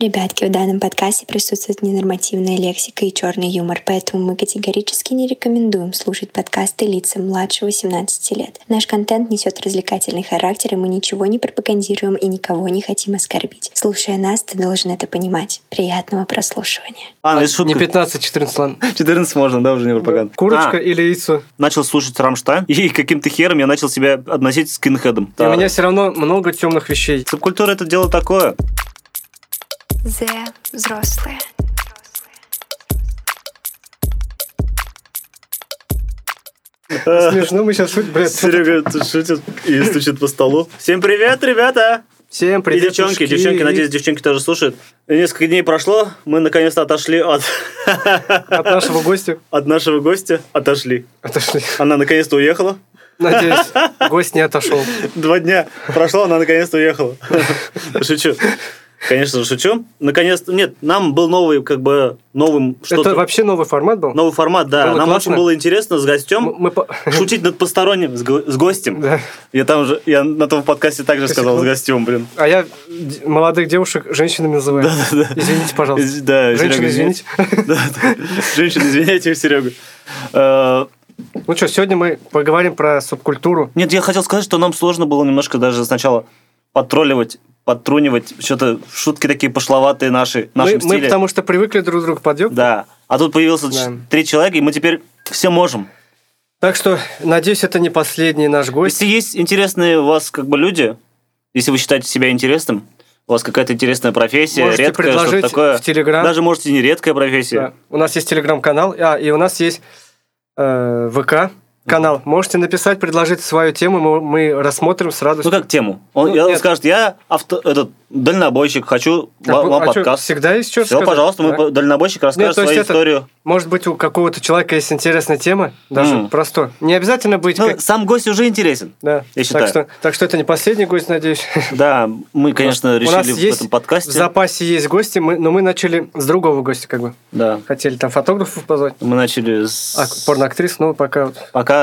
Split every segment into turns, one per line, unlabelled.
Ребятки, в данном подкасте присутствует ненормативная лексика и черный юмор, поэтому мы категорически не рекомендуем слушать подкасты лицам младше 18 лет. Наш контент несет развлекательный характер, и мы ничего не пропагандируем и никого не хотим оскорбить. Слушая нас, ты должен это понимать. Приятного прослушивания.
А, это
Не
шутка.
15, 14 лан.
14 можно, да, уже не пропаганда. А,
Курочка или яйцо?
начал слушать Рамштайн, и каким-то хером я начал себя относить к скинхедам.
И
Да.
у меня все равно много темных вещей.
Субкультура это дело такое.
The взрослые.
Э.
Смешно, мы сейчас шутим, блядь.
Серега тут шутит и стучит по столу. Всем привет, ребята!
Всем привет,
и девчонки,
дружки.
девчонки, надеюсь, девчонки тоже слушают. Несколько дней прошло, мы наконец-то отошли от,
От нашего гостя
от нашего гостя. Отошли.
отошли.
Она наконец-то уехала.
Надеюсь, гость не отошел.
Два дня прошло, она наконец-то уехала. Шучу. Конечно же, шучу. Наконец-то. Нет, нам был новый, как бы, новым что-то.
Это вообще новый формат был?
Новый формат, да.
Было
Нам
классно.
очень было интересно с
Мы-
гостем
мы по-
шутить над посторонним, с, го- с гостем.
Да.
Я там же, я на том подкасте также сказал с гостем, блин.
А я д- молодых девушек женщинами называю. Извините, пожалуйста.
Из- Да,
Женщины,
Серега,
извините.
Да, да. Женщины, извиняйте, Серега. Э,
Ну что, сегодня мы поговорим про субкультуру.
Нет, я хотел сказать, что нам сложно было немножко даже сначала потролливать, подтрунивать, что-то шутки такие пошловатые наши, в
Мы,
нашем
мы
стиле.
потому что привыкли друг к другу подъем.
Да. А тут появился
Да.
ч- три человека, и мы теперь все можем.
Так что, надеюсь, это не последний наш гость.
Если есть интересные у вас как бы люди, если вы считаете себя интересным, у вас какая-то интересная профессия,
Можете
редкая,
предложить
что-то такое.
в Телеграм.
Даже, может, и не редкая профессия.
Да. У нас есть телеграм-канал, а, и у нас есть э, ВК канал. Можете написать, предложить свою тему, мы, мы рассмотрим с радостью.
Ну, как тему? Он,
Ну,
я- он
нет.
скажет, я авто, этот, дальнобойщик, хочу
А
ва-
вы-
вам
а чё,
подкаст.
всегда есть что
Все, пожалуйста, мы по- дальнобойщик расскажет
то есть
свою
это-
историю.
Может быть, у какого-то человека есть интересная тема, даже
М.
просто. Не обязательно быть...
Ну,
как-
сам гость уже интересен.
Да.
я
так,
считаю.
что, так что это не последний гость, надеюсь.
Да, мы, конечно,
у нас
решили в
есть
этом
В
подкасте.
запасе есть гости, мы, но мы начали с другого гостя, как бы.
Да.
Хотели там фотографов позвать,
Мы начали с...
а порноактрис, ну, пока вот,
Пока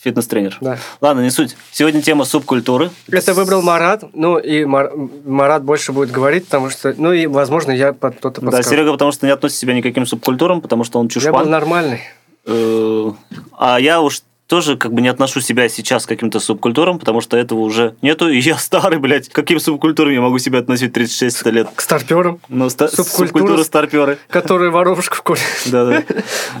фитнес-тренер.
да.
Ладно, не суть. Сегодня тема субкультуры.
Это выбрал Марат, ну и Мар- Марат больше будет говорить, потому что, ну и, возможно, я под кто-то
Да,
подскажу.
Серега, потому что не относит себя ни к каким субкультурам, потому что он
я был
чушпан.
нормальный.
Э, А я уж тоже как бы не отношу себя сейчас к каким-то субкультурам, потому что этого уже нету, и я старый, блядь. К каким субкультурам я могу себя относить в 36 лет?
К старперам,
Ну, ста-
Субкультура-
субкультура старперы.
которые воровушку в коле.
Да-да.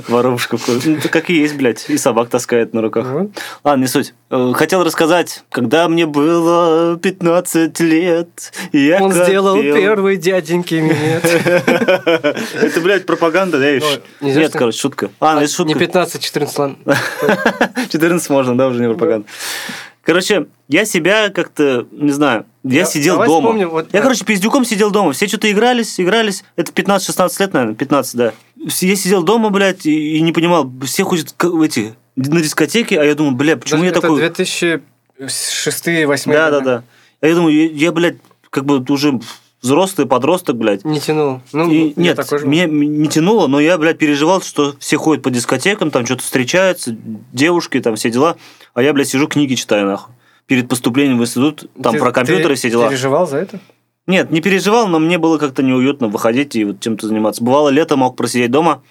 Воровушка в курсе. Ну, это как и есть, блядь. И собак таскает на руках.
Вот.
Ладно, не суть. Э, Хотел рассказать, когда мне было 15 лет, я
Он
копил-
сделал первый дяденьки минет.
Это, блядь, пропаганда, да? и
Ну,
ш-
нельзя,
Нет,
что-
короче, шутка. Ладно, это
Не
шутка. А
15-14 лан.
14 можно, да, уже не пропаганда. Короче, я себя как-то, не знаю, я
Да,
сидел
давай
дома.
вспомним, вот- э,
я, короче, пиздюком сидел дома. Все что-то игрались, игрались. Это 15-16 лет, наверное, 15, да. С- Я сидел дома, блядь, и, и не понимал, все ходят к- в эти на дискотеке, а я думаю, бля, почему я
Это
такой...
2006-2008
Да, да, да. А я думаю, я, я, блядь, как бы уже взрослый подросток, блядь.
Не тянул. Ну,
И-
я
нет,
такой же был.
меня м- не тянуло, но я, блядь, переживал, что все ходят по дискотекам, там что-то встречаются, девушки, там все дела. А я, блядь, сижу, книги читаю, нахуй. Перед поступлением в институт, там
Ты-
про компьютеры
ты
все дела.
переживал за это?
Нет, не переживал, но мне было как-то неуютно выходить и вот чем-то заниматься. Бывало, лето мог просидеть дома,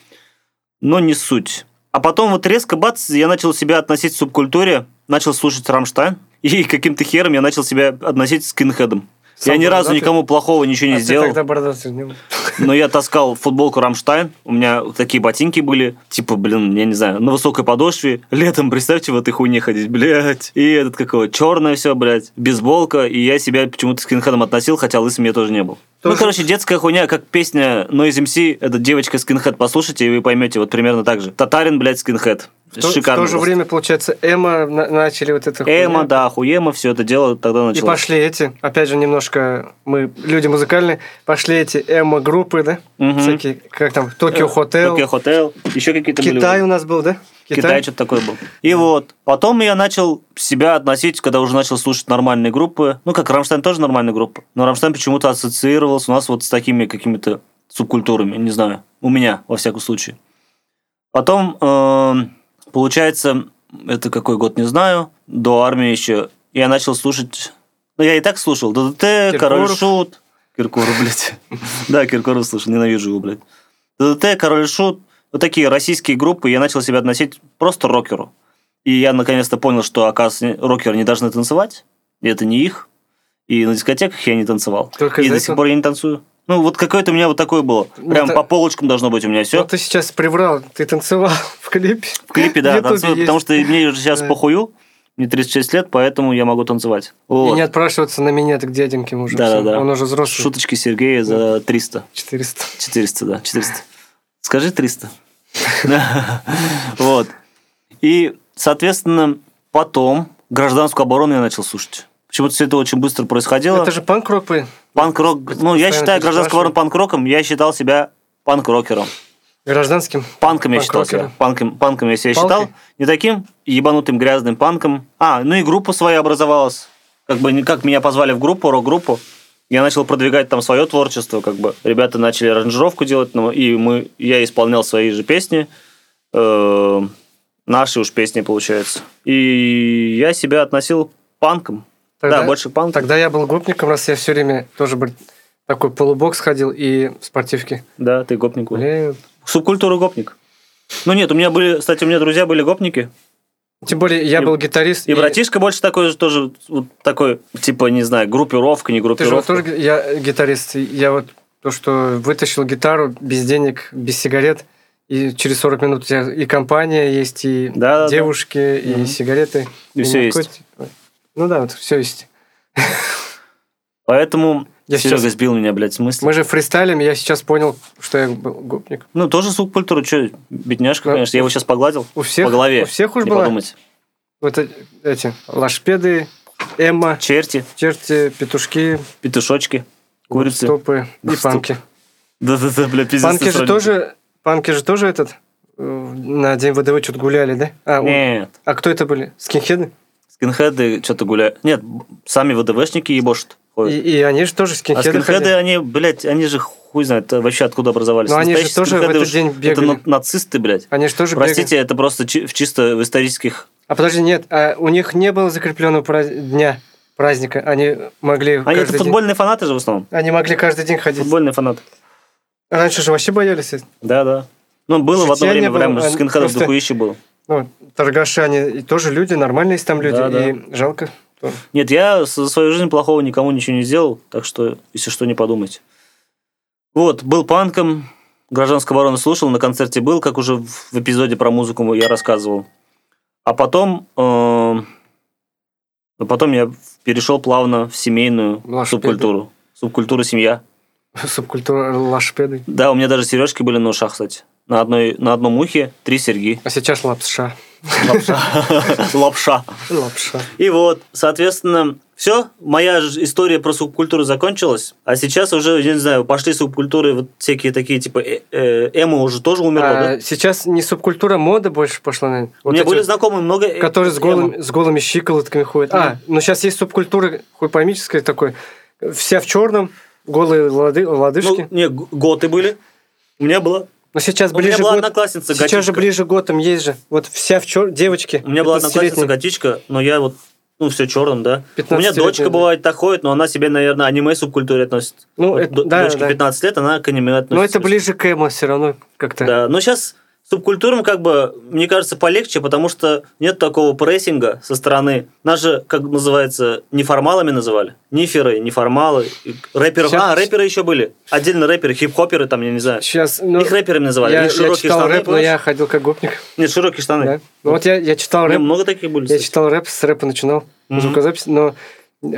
но не суть. А потом вот резко, бац, я начал себя относить к субкультуре, начал слушать Рамштайн, и каким-то хером я начал себя относить к скинхедам.
Сам
я ни разу
бородатый?
никому плохого ничего не
А ты
сделал.
тогда бородатый не был.
Но я таскал футболку Рамштайн, у меня вот такие ботинки были, типа, блин, я не знаю, на высокой подошве. Летом, представьте, в этой хуйне ходить, блядь. И этот какого, черное все, блядь, бейсболка. И я себя почему-то к скинхедам относил, хотя лысым я тоже не был.
Тоже.
Ну, короче, детская хуйня, как песня Noise MC, это девочка скинхед, послушайте, и вы поймете, вот примерно так же. Татарин, блядь, скинхед.
В то- в
Шикарно.
то же
просто.
время, получается, Эма на- начали вот это... хуйня.
Эма, да, хуема, все это дело тогда
И
началось.
пошли эти, опять же, немножко мы люди музыкальные, пошли эти эмо-группы, да?
Мгм. Э,
Всякие, как там, Токио Хотел,
Токио Хотел, еще какие-то были.
Китай у нас был, да?
Китай, что-то такое был. И вот. Потом я начал себя относить, когда уже начал слушать нормальные группы. Ну, как Рамштайн тоже нормальная группа. Но Рамштайн почему-то ассоциировался у нас вот с такими какими-то субкультурами. Не знаю. У меня, во всяком случае. Потом, эм, получается, это какой год, не знаю. До армии еще. Я начал слушать... Ну, я и так слушал. ДДТ, Король
Киркоров.
Шут, Киркору, блядь. Да, Киркору слушал, ненавижу его, блядь. ДДТ, Король и Шут, вот такие российские группы, я начал себя относить просто рокеру. И я наконец-то понял, что, оказывается, рокеры не должны танцевать, и это не их. И на дискотеках я не танцевал.
Только
и
из-за
до сих
этого?
пор я не танцую. Ну, вот какое-то у меня вот такое было.
Ну,
Прям
это-
по полочкам должно быть у меня все.
Вот ты сейчас приврал, ты танцевал в клипе.
В клипе,
в
да,
Ютубе
танцую,
есть.
потому что мне же сейчас
Да.
похую, мне 36 лет, поэтому я могу танцевать.
И
Вот.
не отпрашиваться на меня, к дяденьким уже.
Да, да,
всё.
да.
Он уже взрослый.
Шуточки Сергея за 300.
400.
400, да, 400. Скажи 300. Вот. И, соответственно, потом гражданскую оборону я начал слушать. Почему-то все это очень быстро происходило.
Это же панк-рок, вы-
Панк-рок. Ну, я
постоянно
считаю
ты
гражданскую оборону панк-роком, я считал себя панк-рокером.
гражданским.
Панком я считал
Панк-рокером.
себя. Панком, панком я себя
Палкой?
считал. Не таким ебанутым грязным панком. А, ну и группа своя образовалась. Как бы не- как меня позвали в группу, рок-группу. Я начал продвигать там свое творчество, как бы. Ребята начали аранжировку делать, ну, и мы, я исполнял свои же песни. Э, наши уж песни, получается. И я себя относил панком.
Тогда-
да, больше панком.
Ну, Тогда я был гопником, раз я все время тоже был такой полубокс ходил и в спортивке.
Да, ты гопник. был.
Блин.
Субкультура гопник. Ну нет, у меня были, кстати, у меня друзья были гопники.
Тем более, я
И-
был гитарист.
И, братишка больше такой же тоже, вот такой, типа, не знаю, группировка, не
Ты же вот
группировка.
тоже, г- я гитарист, и я вот то, что вытащил гитару без денег, без сигарет, и через 40 минут у тебя и компания есть, и
Да, да,
девушки, и
Мгм.
сигареты.
И всё есть.
наркотики. Ну да, вот все есть.
Поэтому
Я
Серега
сейчас-
сбил меня, блядь, с мысли.
Мы же фристайлим, и я сейчас понял, что я был гопник.
Ну, тоже субкультура, что, бедняжка,
Да.
конечно. Я его сейчас погладил
У всех,
по голове.
у всех уж
не
была
подумать.
вот э- эти лошпеды, Эмма,
Черти,
черти, петушки,
петушочки, курицы.
стопы и
Гоп-стоп.
панки.
Да-да-да, бля, пиздец. ты
Панки же
сравнил.
тоже, панки же тоже этот э, на день ВДВ что-то гуляли, да? А, у-
Нет,
а кто это были? Скинхеды?
скинхеды что-то гуляют. Нет, б- сами ВДВшники ебошат.
И,
ходят.
и они же тоже
А
скинхеды.
скинхеды,
ходили.
они, блядь, они же хуй знает вообще откуда образовались.
Но они же
Настоящие
тоже в
скинхеды
этот
уж-
день
Это
бегали.
на- нацисты, блядь.
Они же тоже
Простите,
бегали.
это просто чи- в чисто в исторических
А подожди, нет, а у них не было закрепленного праз- дня праздника. Они могли
Они это
каждый день...
футбольные фанаты же в основном.
Они могли каждый день ходить.
Футбольные фанаты.
Раньше же вообще боялись. это.
Да, да. Ну, было в
Житья
одно
не
время
было,
прям
они
скинхедов
просто-
дохуище было.
Ну, торгаши, они и тоже люди, нормальные есть там люди.
Да, да.
и жалко. тоже.
Нет, я с- за свою жизнь плохого никому ничего не сделал, так что, если что, не подумайте. Вот, был панком, гражданскую оборону слушал, на концерте был, как уже в в эпизоде про музыку я рассказывал. А потом, э, ну, потом я перешел плавно в семейную
Лошадь.
субкультуру. Субкультура семья.
Субкультура лошпеды.
Да, у меня даже сережки были на ушах, кстати. На, одной, на одном ухе три серьги.
А сейчас лапша.
Лапша. Лапша.
Лапша.
И вот, соответственно, все, моя ж- история про субкультуру закончилась, а сейчас уже, я не знаю, пошли субкультуры вот всякие такие, типа, э, э, эмо уже тоже умерла,
А,
да?
Сейчас не субкультура, мода больше пошла, наверное.
У
Вот
меня
эти
были
вот,
знакомые много... э-
которые с
эмо.
голыми, с голыми щиколотками ходят. А, ну сейчас есть субкультура хуйпомическая такой. Вся в черном, голые лады-
Ну,
лодыжки.
не, г- готы были. У меня была... ну,
Но сейчас
У меня
ближе
была
год-
одноклассница
Сейчас же
готичка.
ближе годом есть же. Вот вся в черном. Девочки.
У меня была одноклассница
15-летние.
готичка, но я вот, ну, все черным, да. У меня
15-летняя,
дочка
да.
бывает так ходит, но она себе, наверное, аниме субкультуре относит.
Ну,
Вот
это-
до-
да,
дочке
да.
15 лет, она к аниме относится.
Но это ближе к эмо все равно как-то.
Да, но сейчас субкультурам, как бы, мне кажется, полегче, потому что нет такого прессинга со стороны. Нас же, как называется, неформалами называли. Ниферы, неформалы. и Рэперы.
Сейчас-
А, рэперы еще были. Отдельно рэперы, хип-хоперы, там, я не знаю.
Сейчас, ну,
Их рэперами называли.
я,
У
я
них широкие
читал
штаны.
рэп, но я ходил как гопник.
понимаешь? Нет, широкие штаны.
да. Ну, вот я, я читал
У меня
рэп.
много таких были.
Я
кстати.
читал рэп, с рэпа начинал
Мгм.
звукозапись, но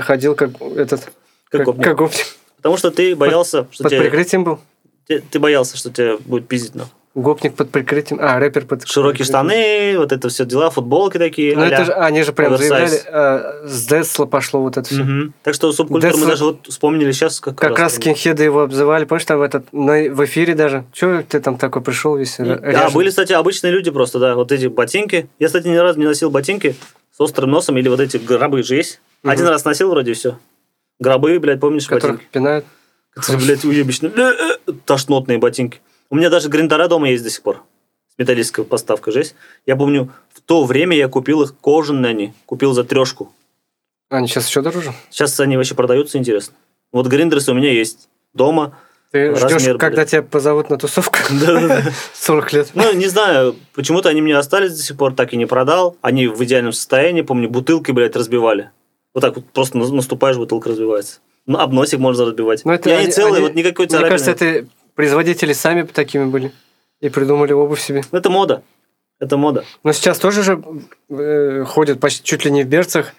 ходил как этот...
Как
Как,
гопник.
как гопник.
Потому что ты боялся, что
Под
тебя,
прикрытием был?
те- ты боялся, что тебя будет пиздить. ну.
Гопник под прикрытием. А, рэпер под
Широкие
прикрытием.
штаны, вот это все дела, футболки такие.
Ну, это
а-ля.
же, они же прям
оверсайз.
заявляли, а, с Десла пошло вот это все.
Мгм. Так что субкультуру мы
Десла-
даже вот вспомнили сейчас. Как,
Как раз скинхеды его обзывали, помнишь, там этот, на- в эфире даже. Че ты там такой пришел весь
И-
р-
А,
ряженый?
были, кстати, обычные люди просто, да, вот эти ботинки. Я, кстати, ни разу не носил ботинки с острым носом или вот эти гробы же есть.
Мгм.
Один раз носил вроде все. Гробы, блядь, помнишь
которых
ботинки?
пинают.
Это, блядь, уебищные. Э, э, Тошнотные ботинки. У меня даже гриндера дома есть до сих пор. С металлической поставкой же есть. Я помню, в то время я купил их кожаные они. Купил за трешку.
Они сейчас еще дороже?
Сейчас они вообще продаются, интересно. Вот гриндерсы у меня есть. дома.
Ты
Размер,
ждешь,
блин.
когда тебя позовут на тусовку?
Да-да-да.
40 лет.
Ну, не знаю, почему-то они мне остались до сих пор, так и не продал. Они в идеальном состоянии, помню, бутылки, блядь, разбивали. Вот так вот просто на- наступаешь, бутылка разбивается. Ну, об носик можно разбивать.
Ну,
Ну, это
это
и они,
они-
целые,
они-
вот никакой
Мне
царапины.
кажется,
это...
это производители сами такими были и придумали обувь себе.
Ну, мода. Это мода.
Но сейчас тоже же э, ходят почти чуть ли не в берцах.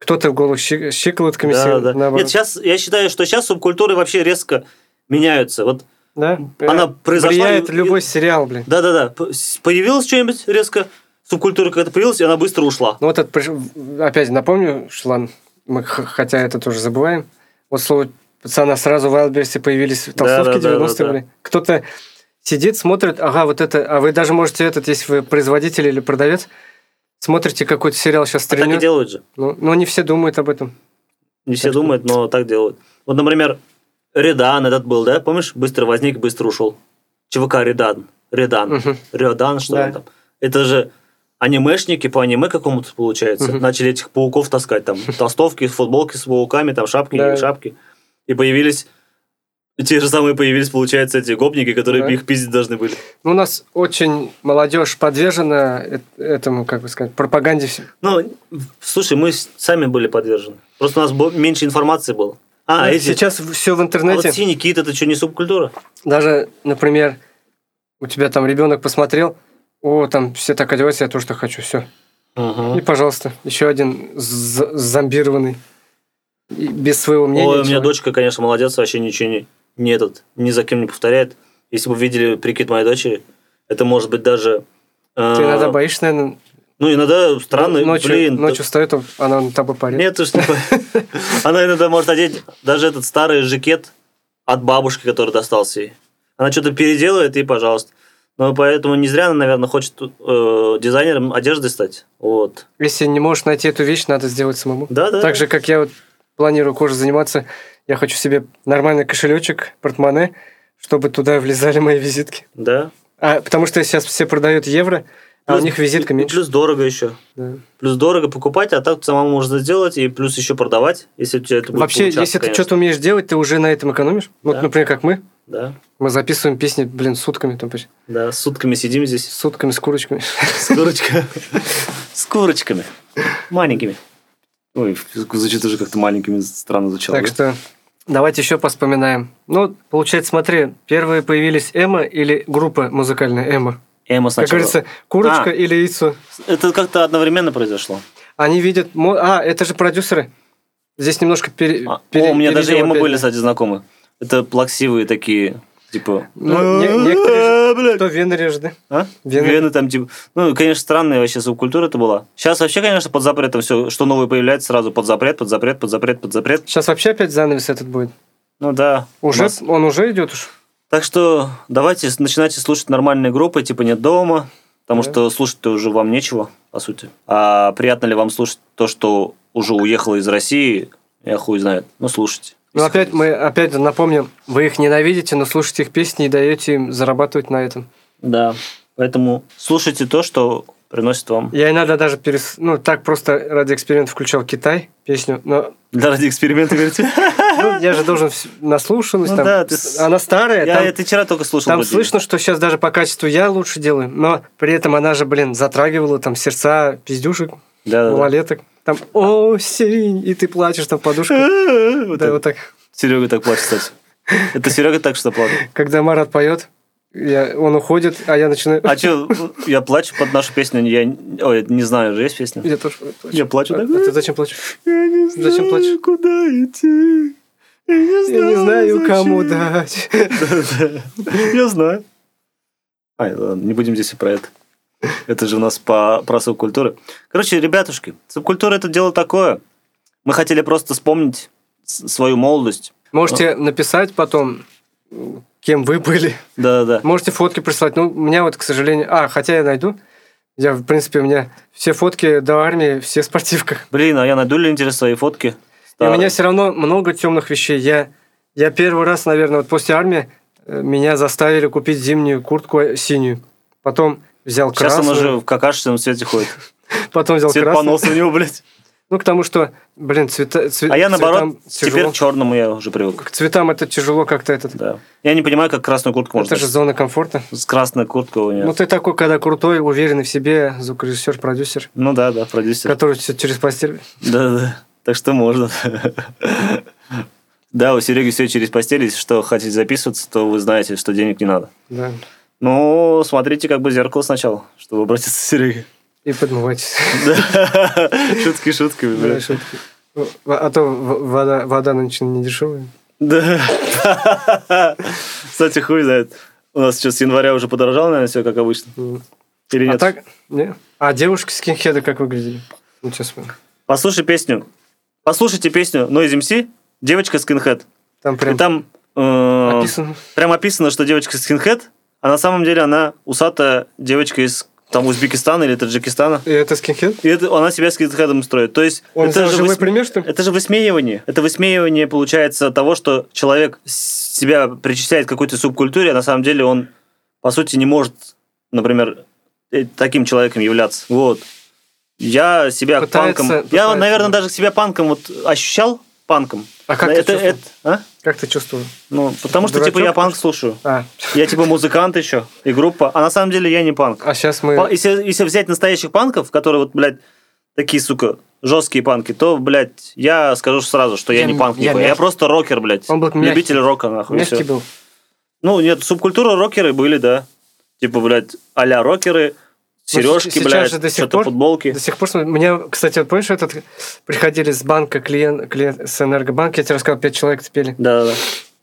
Кто-то в голых щи- щиколотками
Да,
себе,
да.
наоборот.
Нет, сейчас, я считаю, что сейчас субкультуры вообще резко меняются. Вот
да?
она
Э,
произошла...
Влияет
и-
любой сериал, блин.
Да-да-да. П- с- Появилось что-нибудь резко, субкультура какая-то появилась, и она быстро ушла.
Ну вот это, приш- опять напомню, Шлан, мы, х- хотя это тоже забываем, вот слово пацана сразу в Wildberries появились толстовки
Да-да-да-да-да.
90-е были. Кто-то сидит, смотрит, ага, вот это, а вы даже можете этот, если вы производитель или продавец, смотрите какой-то сериал сейчас
А так и
стрельнет.
делают же.
Ну, но не все думают об этом.
Не все
Так что-
думают, но так делают. Вот, например, Редан этот был, да? Помнишь, быстро возник, быстро ушел. ЧВК Редан. Редан.
Мгм.
Редан, что
Хм. Да.
ли там. Это же анимешники по аниме какому-то, получается.
Мгм.
Начали этих пауков таскать. Там толстовки, футболки с пауками, там шапки,
Да.
не шапки. И появились... и Те же самые появились, получается, эти гопники, которые
Да.
их пиздить должны были.
Ну, у нас очень молодежь подвержена э- этому, как бы сказать, пропаганде. всё.
Ну, слушай, мы с- сами были подвержены. Просто у нас бо- меньше информации было. А,
Ну,
эти...
Сейчас все в
а вот
интернете.
синий кит, это что, не субкультура?
Даже, например, у тебя там ребенок посмотрел, о, там все так одеваются, я тоже так хочу, все.
Ага.
И, пожалуйста, еще один з- зомбированный. И без своего мнения.
Ой, у меня
человек.
дочка, конечно, молодец, вообще ничего не, не этот, ни за кем не повторяет. Если бы вы видели прикид моей дочери, это может быть даже... э,
Ты иногда боишься, наверное,
Ну, иногда странно,
ночью,
блин. да-
ночью встает, а она на тобой парит.
Нет, ты ж не по- Она иногда может одеть даже этот старый жакет от бабушки, который достался ей. Она что-то переделает, и пожалуйста. Ну, поэтому не зря она, наверное, хочет э, дизайнером одежды стать. Вот.
Если не можешь найти эту вещь, надо сделать самому.
Да, да.
Так же, как я вот планирую кожей заниматься, я хочу себе нормальный кошелечек, портмоне, чтобы туда влезали мои визитки.
Да.
А, потому что сейчас все продают евро,
Ну,
а у них визитка
и- и
меньше.
Плюс дорого еще.
Да.
Плюс дорого покупать, а так самому можно сделать, и плюс еще продавать, если у тебя это будет
Вообще,
получаться,
если ты
конечно.
что-то умеешь делать, ты уже на этом экономишь. Вот,
Да.
например, как мы.
Да,
Мы записываем песни, блин, сутками, там, почти.
да, с сутками сидим здесь.
сутками, с курочками.
С курочками. С курочками. Маленькими. Ой, звучит уже как-то маленькими странно звучало.
Так что давайте еще поспоминаем. Ну, получается, смотри, первые появились Эма или группа музыкальная Эма.
Эмо
Как
сначала.
говорится,
А.
курочка или яйцо.
Это как-то одновременно произошло.
Они видят... мо- А, это же продюсеры. Здесь немножко пере...
А,
пере-
О, у меня даже
перерыв
эмо
опять,
были,
да.
кстати, знакомы. Это плаксивые такие, типа...
Ну, не- некоторые
э,
Кто вены режет, да?
А?
Вены.
Вены. там типа... Ну, конечно, странная вообще субкультура это была. Сейчас вообще, конечно, под запретом все, что новое появляется, сразу под запрет, под запрет, под запрет, под запрет.
Сейчас вообще опять занавес этот будет.
Ну да.
Уже,
Нас-
Он уже идет уж.
Так что давайте с- начинайте слушать нормальные группы, типа «Нет дома», потому
Да.
что слушать-то уже вам нечего, по сути. А приятно ли вам слушать то, что уже уехало из России, я хуй знает. Ну, слушайте.
Ну,
Если
опять
хотите.
мы, опять же напомним, вы их ненавидите, но слушаете их песни и даете им зарабатывать на этом.
Да, поэтому слушайте то, что приносит вам...
Я иногда даже перес... ну, так просто ради эксперимента включал Китай песню, но
Да, ради эксперимента, говорите?
ну, я же должен вс- наслушанность
Ну
там.
да, ты
С-
с-
Она старая,
Я
Э, там,
это вчера только слушал.
там
вроде.
слышно, что сейчас даже по качеству я лучше делаю, но при этом она же, блин, затрагивала там сердца пиздюшек,
Да, да, да.
малолеток. Там осень, и ты плачешь там в подушку.
Вот
Да,
это.
вот так.
Серега так плачет, кстати. Это Серега так что плачет.
Когда Марат поет, я- он уходит, а я начинаю...
А что, я плачу под нашу песню? Я не- ой, не знаю, же есть песня?
Я тоже плачу.
Я плачу,
А-
да?
а ты зачем плачешь?
Я не
Зачем
знаю,
плачешь?
куда идти. Я не
Я
знаю,
не знаю,
зачем.
кому дать.
Я знаю. Ай, ладно, не будем здесь и про это. Это же у нас по, про субкультуры. Короче, ребятушки, субкультура это дело такое. Мы хотели просто вспомнить с- свою молодость.
Можете написать потом, м, кем вы были.
Да-да-да.
Можете фотки прислать. Ну, у меня вот, к сожалению... А, хотя я найду. Я, в принципе, у меня все фотки до армии, все в спортивках.
Блин, а я найду ли интересно свои фотки?
И у
Старые.
меня все равно много темных вещей. Я, я первый раз, наверное, вот после армии э, меня заставили купить зимнюю куртку э, синюю. Потом взял
Сейчас
красную.
он уже в какашечном цвете ходит.
Потом взял
Цвет
красную.
поноса у него, блядь.
Ну, к тому, что, блин, цвета... цве-
А я,
цветам
наоборот, теперь
тяжело.
к черному я уже привык.
К цветам это тяжело как-то этот...
Да. Я не понимаю, как красную куртку можно.
Это же зона комфорта.
С красной курткой у меня.
Ну,
Ну,
ты такой, когда крутой, уверенный в себе, звукорежиссер, продюсер,
Ну да, да, продюсер.
который все через постель.
Да, да. Так что можно. Да, у Сереги все через постель. Если что, хотите записываться, то вы знаете, что денег не надо.
Да.
Ну, смотрите как бы в зеркало сначала, чтобы обратиться к Сереге.
И подмывайтесь.
Да. Шутки шутками.
Да,
блин.
шутки. В- А то в- вода, вода нынче не дешевая.
Да. Кстати, хуй знает. У нас сейчас с января уже подорожало, наверное, все как обычно.
М.
Или
А
нет?
так? Не. А девушки скинхеды как выглядели? Ну, сейчас мы-
Послушай песню. Послушайте песню Noise MC «Девочка скинхед».
Там
И
прям
там э,
написано.
прям описано, что девочка скинхед, а на самом деле она усатая девочка из там Узбекистана или Таджикистана.
И это скинхед?
И это, она себя скинхедом строит. То есть
Он
это,
это
же
мой
высме-
пример, что ли?
это же высмеивание. Это высмеивание получается того, что человек с- себя причисляет к какой-то субкультуре, а на самом деле он, по сути, не может, например, э, таким человеком являться. Вот. Я себя
Пытается-
панком... Я,
пытается.
наверное, даже себя панком вот ощущал панком.
А как ты
это,
чувствовал?
это- а?
Как ты чувствовал?
Ну, потому что, типа,
Дурачок,
я панк слушаю.
А,
Я типа музыкант еще и группа. А на самом деле я не панк.
а сейчас
Па-
мы...
Если, если взять настоящих панков, которые вот, блядь, такие, сука, жесткие панки, то, блядь, я скажу сразу, что я,
Я
не
м-
панк
я
никакой. Я,
мягкий.
просто рокер, блядь.
Он был мягкий.
Любитель рока, нахуй. и
Мягкий
всё.
был.
Ну, нет, субкультура рокеры были, да. Типа, блядь, а-ля рокеры, сережки,
Ну, сейчас
блядь,
же до сих
что-то
пор-
футболки.
До сих пор, смотрю- мне, кстати, вот помнишь, этот приходили с банка клиент, клиент с энергобанка, я тебе рассказал, пять человек пели.
Да-да-да.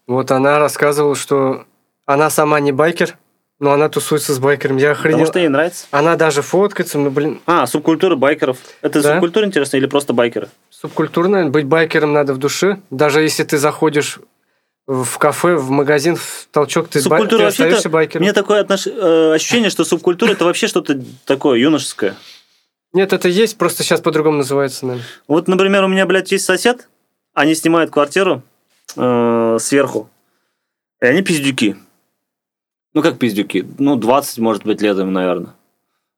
Вот она рассказывала, что она сама не байкер, но она тусуется с байкером. Я охренел.
Потому что ей нравится.
Она даже фоткается, ну, блин,
А, субкультура байкеров. Это
Да.
субкультура, интересно, или просто байкеры?
субкультурная. Быть байкером надо в душе. Даже если ты заходишь в кафе, в магазин, в толчок, ты, бай- ты
Субкультура вообще-то-
остаешься
У
байкером.
меня такое отнош- э, ощущение, что субкультура это вообще что-то такое юношеское.
Нет, это есть, просто сейчас по-другому называется, наверное.
Вот, например, у меня, блядь, есть сосед, они снимают квартиру э, сверху, и они пиздюки. Ну, как пиздюки? Ну, 20, может быть, лет им, наверное.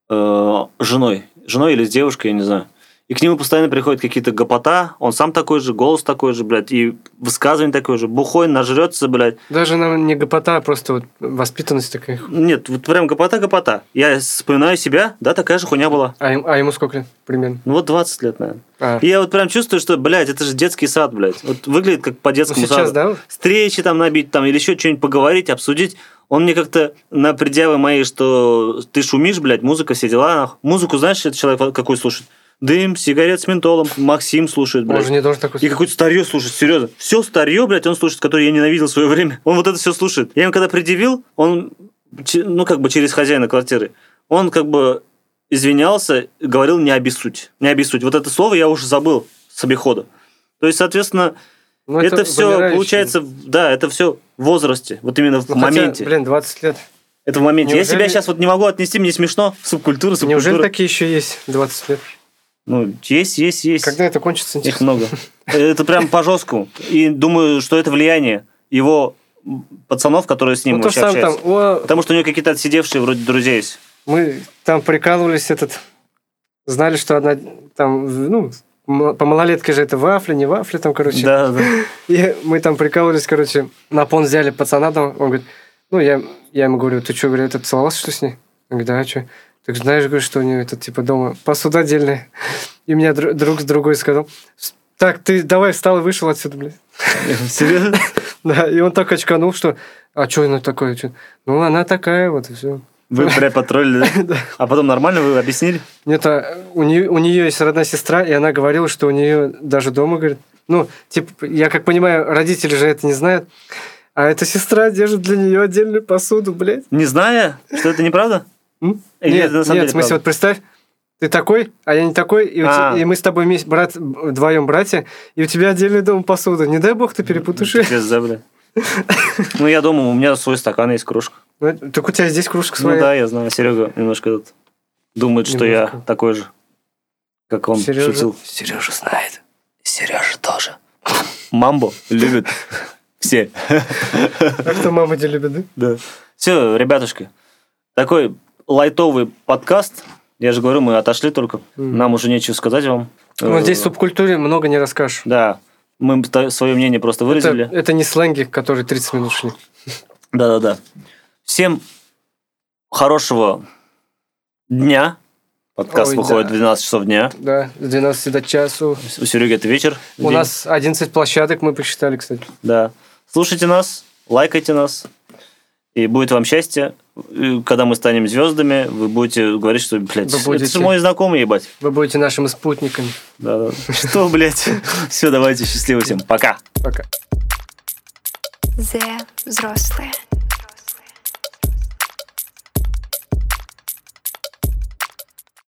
Э, женой. Женой или с девушкой, я не знаю. И к нему постоянно приходят какие-то гопота, он сам такой же, голос такой же, блядь, и высказывание такое же, бухой, нажрется, блядь.
Даже нам не гопота, а просто вот воспитанность такая.
Нет, вот прям гопота-гопота. Я вспоминаю себя, да, такая же хуйня была.
А, им- а ему сколько лет примерно?
Ну, вот 20 лет, наверное.
А.
И я вот прям чувствую, что, блядь, это же детский сад, блядь. Вот выглядит как по
Ну,
детскому
сейчас,
саду.
да?
встречи там набить, там, или еще что-нибудь поговорить, обсудить. Он мне как-то на пределы моей, что ты шумишь, блядь, музыка, все дела. нах. Музыку, знаешь, этот человек какой слушает? Дым, сигарет с ментолом, Максим слушает,
Он же
блядь.
не должен такой...
И какое-то старье слушает, серьезно. Все старье, блядь, он слушает, которое я ненавидел в свое время. Он вот это все слушает. Я ему когда предъявил, он, че- ну, как бы через хозяина квартиры, он как бы извинялся, говорил не обессудь. Не обессудь. Вот это слово я уже забыл с обихода. То есть, соответственно,
Ну,
это, все
вымирающий.
получается, в- да, это все в возрасте, вот именно в
Ну, хотя,
моменте.
блин, 20 лет.
это в моменте. Я себя
неужели-
сейчас вот не могу отнести, мне смешно. Субкультура, субкультура.
Неужели такие еще есть 20 лет?
Ну, есть, есть, есть.
Когда это кончится,
Их
интересно.
много. Это прям по жесткому. И думаю, что это влияние его пацанов, которые с ним
Ну, то же
вообще
самое там,
общаются.
о,
Потому что у него какие-то отсидевшие вроде друзей есть.
мы там прикалывались этот, знали, что одна там, в- ну, м- по малолетке же это вафли, не вафли там, короче.
Да, да.
И мы там прикалывались, короче, на пон взяли пацана там, он говорит, ну, я, я ему говорю, ты что, говорю, это целовался, что с ней? Я говорю, да, а что? Так знаешь, говорю, что у нее это, типа, дома посуда отдельная. И меня друг, друг с другой сказал, так, ты давай встал и вышел отсюда, блядь.
Серьезно?
Да, и он так очканул, что, а что она такое? чё?» Ну, она такая, вот и все.
Вы, бля, патрулили. А потом нормально вы объяснили?
Нет, а у нее, у нее есть родная сестра, и она говорила, что у нее даже дома, говорит, ну, типа, я как понимаю, родители же это не знают, а эта сестра держит для нее отдельную посуду, блядь.
Не зная, что это неправда?
М?
Или
нет,
это на самом
нет,
деле
в смысле,
правда?
вот представь, ты такой, а я не такой, и, у те-
А.
и мы с тобой вместе, брат, вдвоем братья, и у тебя отдельный дом посуда. Не дай бог ты перепутаешь. её.
Пиздец, да, бля. Ну, я дома, у меня свой стакан есть, кружка.
Ну, Так у тебя здесь кружка
Ну да,
своя.
я знаю, Серега немножко тут думает, что я
Немножко.
такой же, как он
Сережа.
шутил. Сережа знает. Сережа тоже. Мамбо любит все.
Как-то мама тебя любит, да?
Да. Все, ребятушки, такой лайтовый подкаст. Я же говорю, мы отошли только.
Мгм.
Нам уже нечего сказать вам.
Но
Э,
Ну, здесь в субкультуре много не расскажешь.
Да. Мы свое мнение просто
Это,
выразили.
это не сленги, которые 30 минут шли.
Да-да-да. Всем хорошего дня. Подкаст
Ой,
выходит
да.
в 12 часов дня.
Да, с 12 до часу.
У Сереги это вечер.
У
день.
нас 11 площадок мы посчитали, кстати.
Да. Слушайте нас, лайкайте нас, и будет вам счастье. И Когда мы станем звездами, вы будете говорить, что, блядь,
Вы
это
будете.
же мой знакомый, ебать.
Вы будете нашими спутниками.
Да, да. Что, блядь? Все, давайте, счастливо всем. Пока.
Пока.
The взрослые.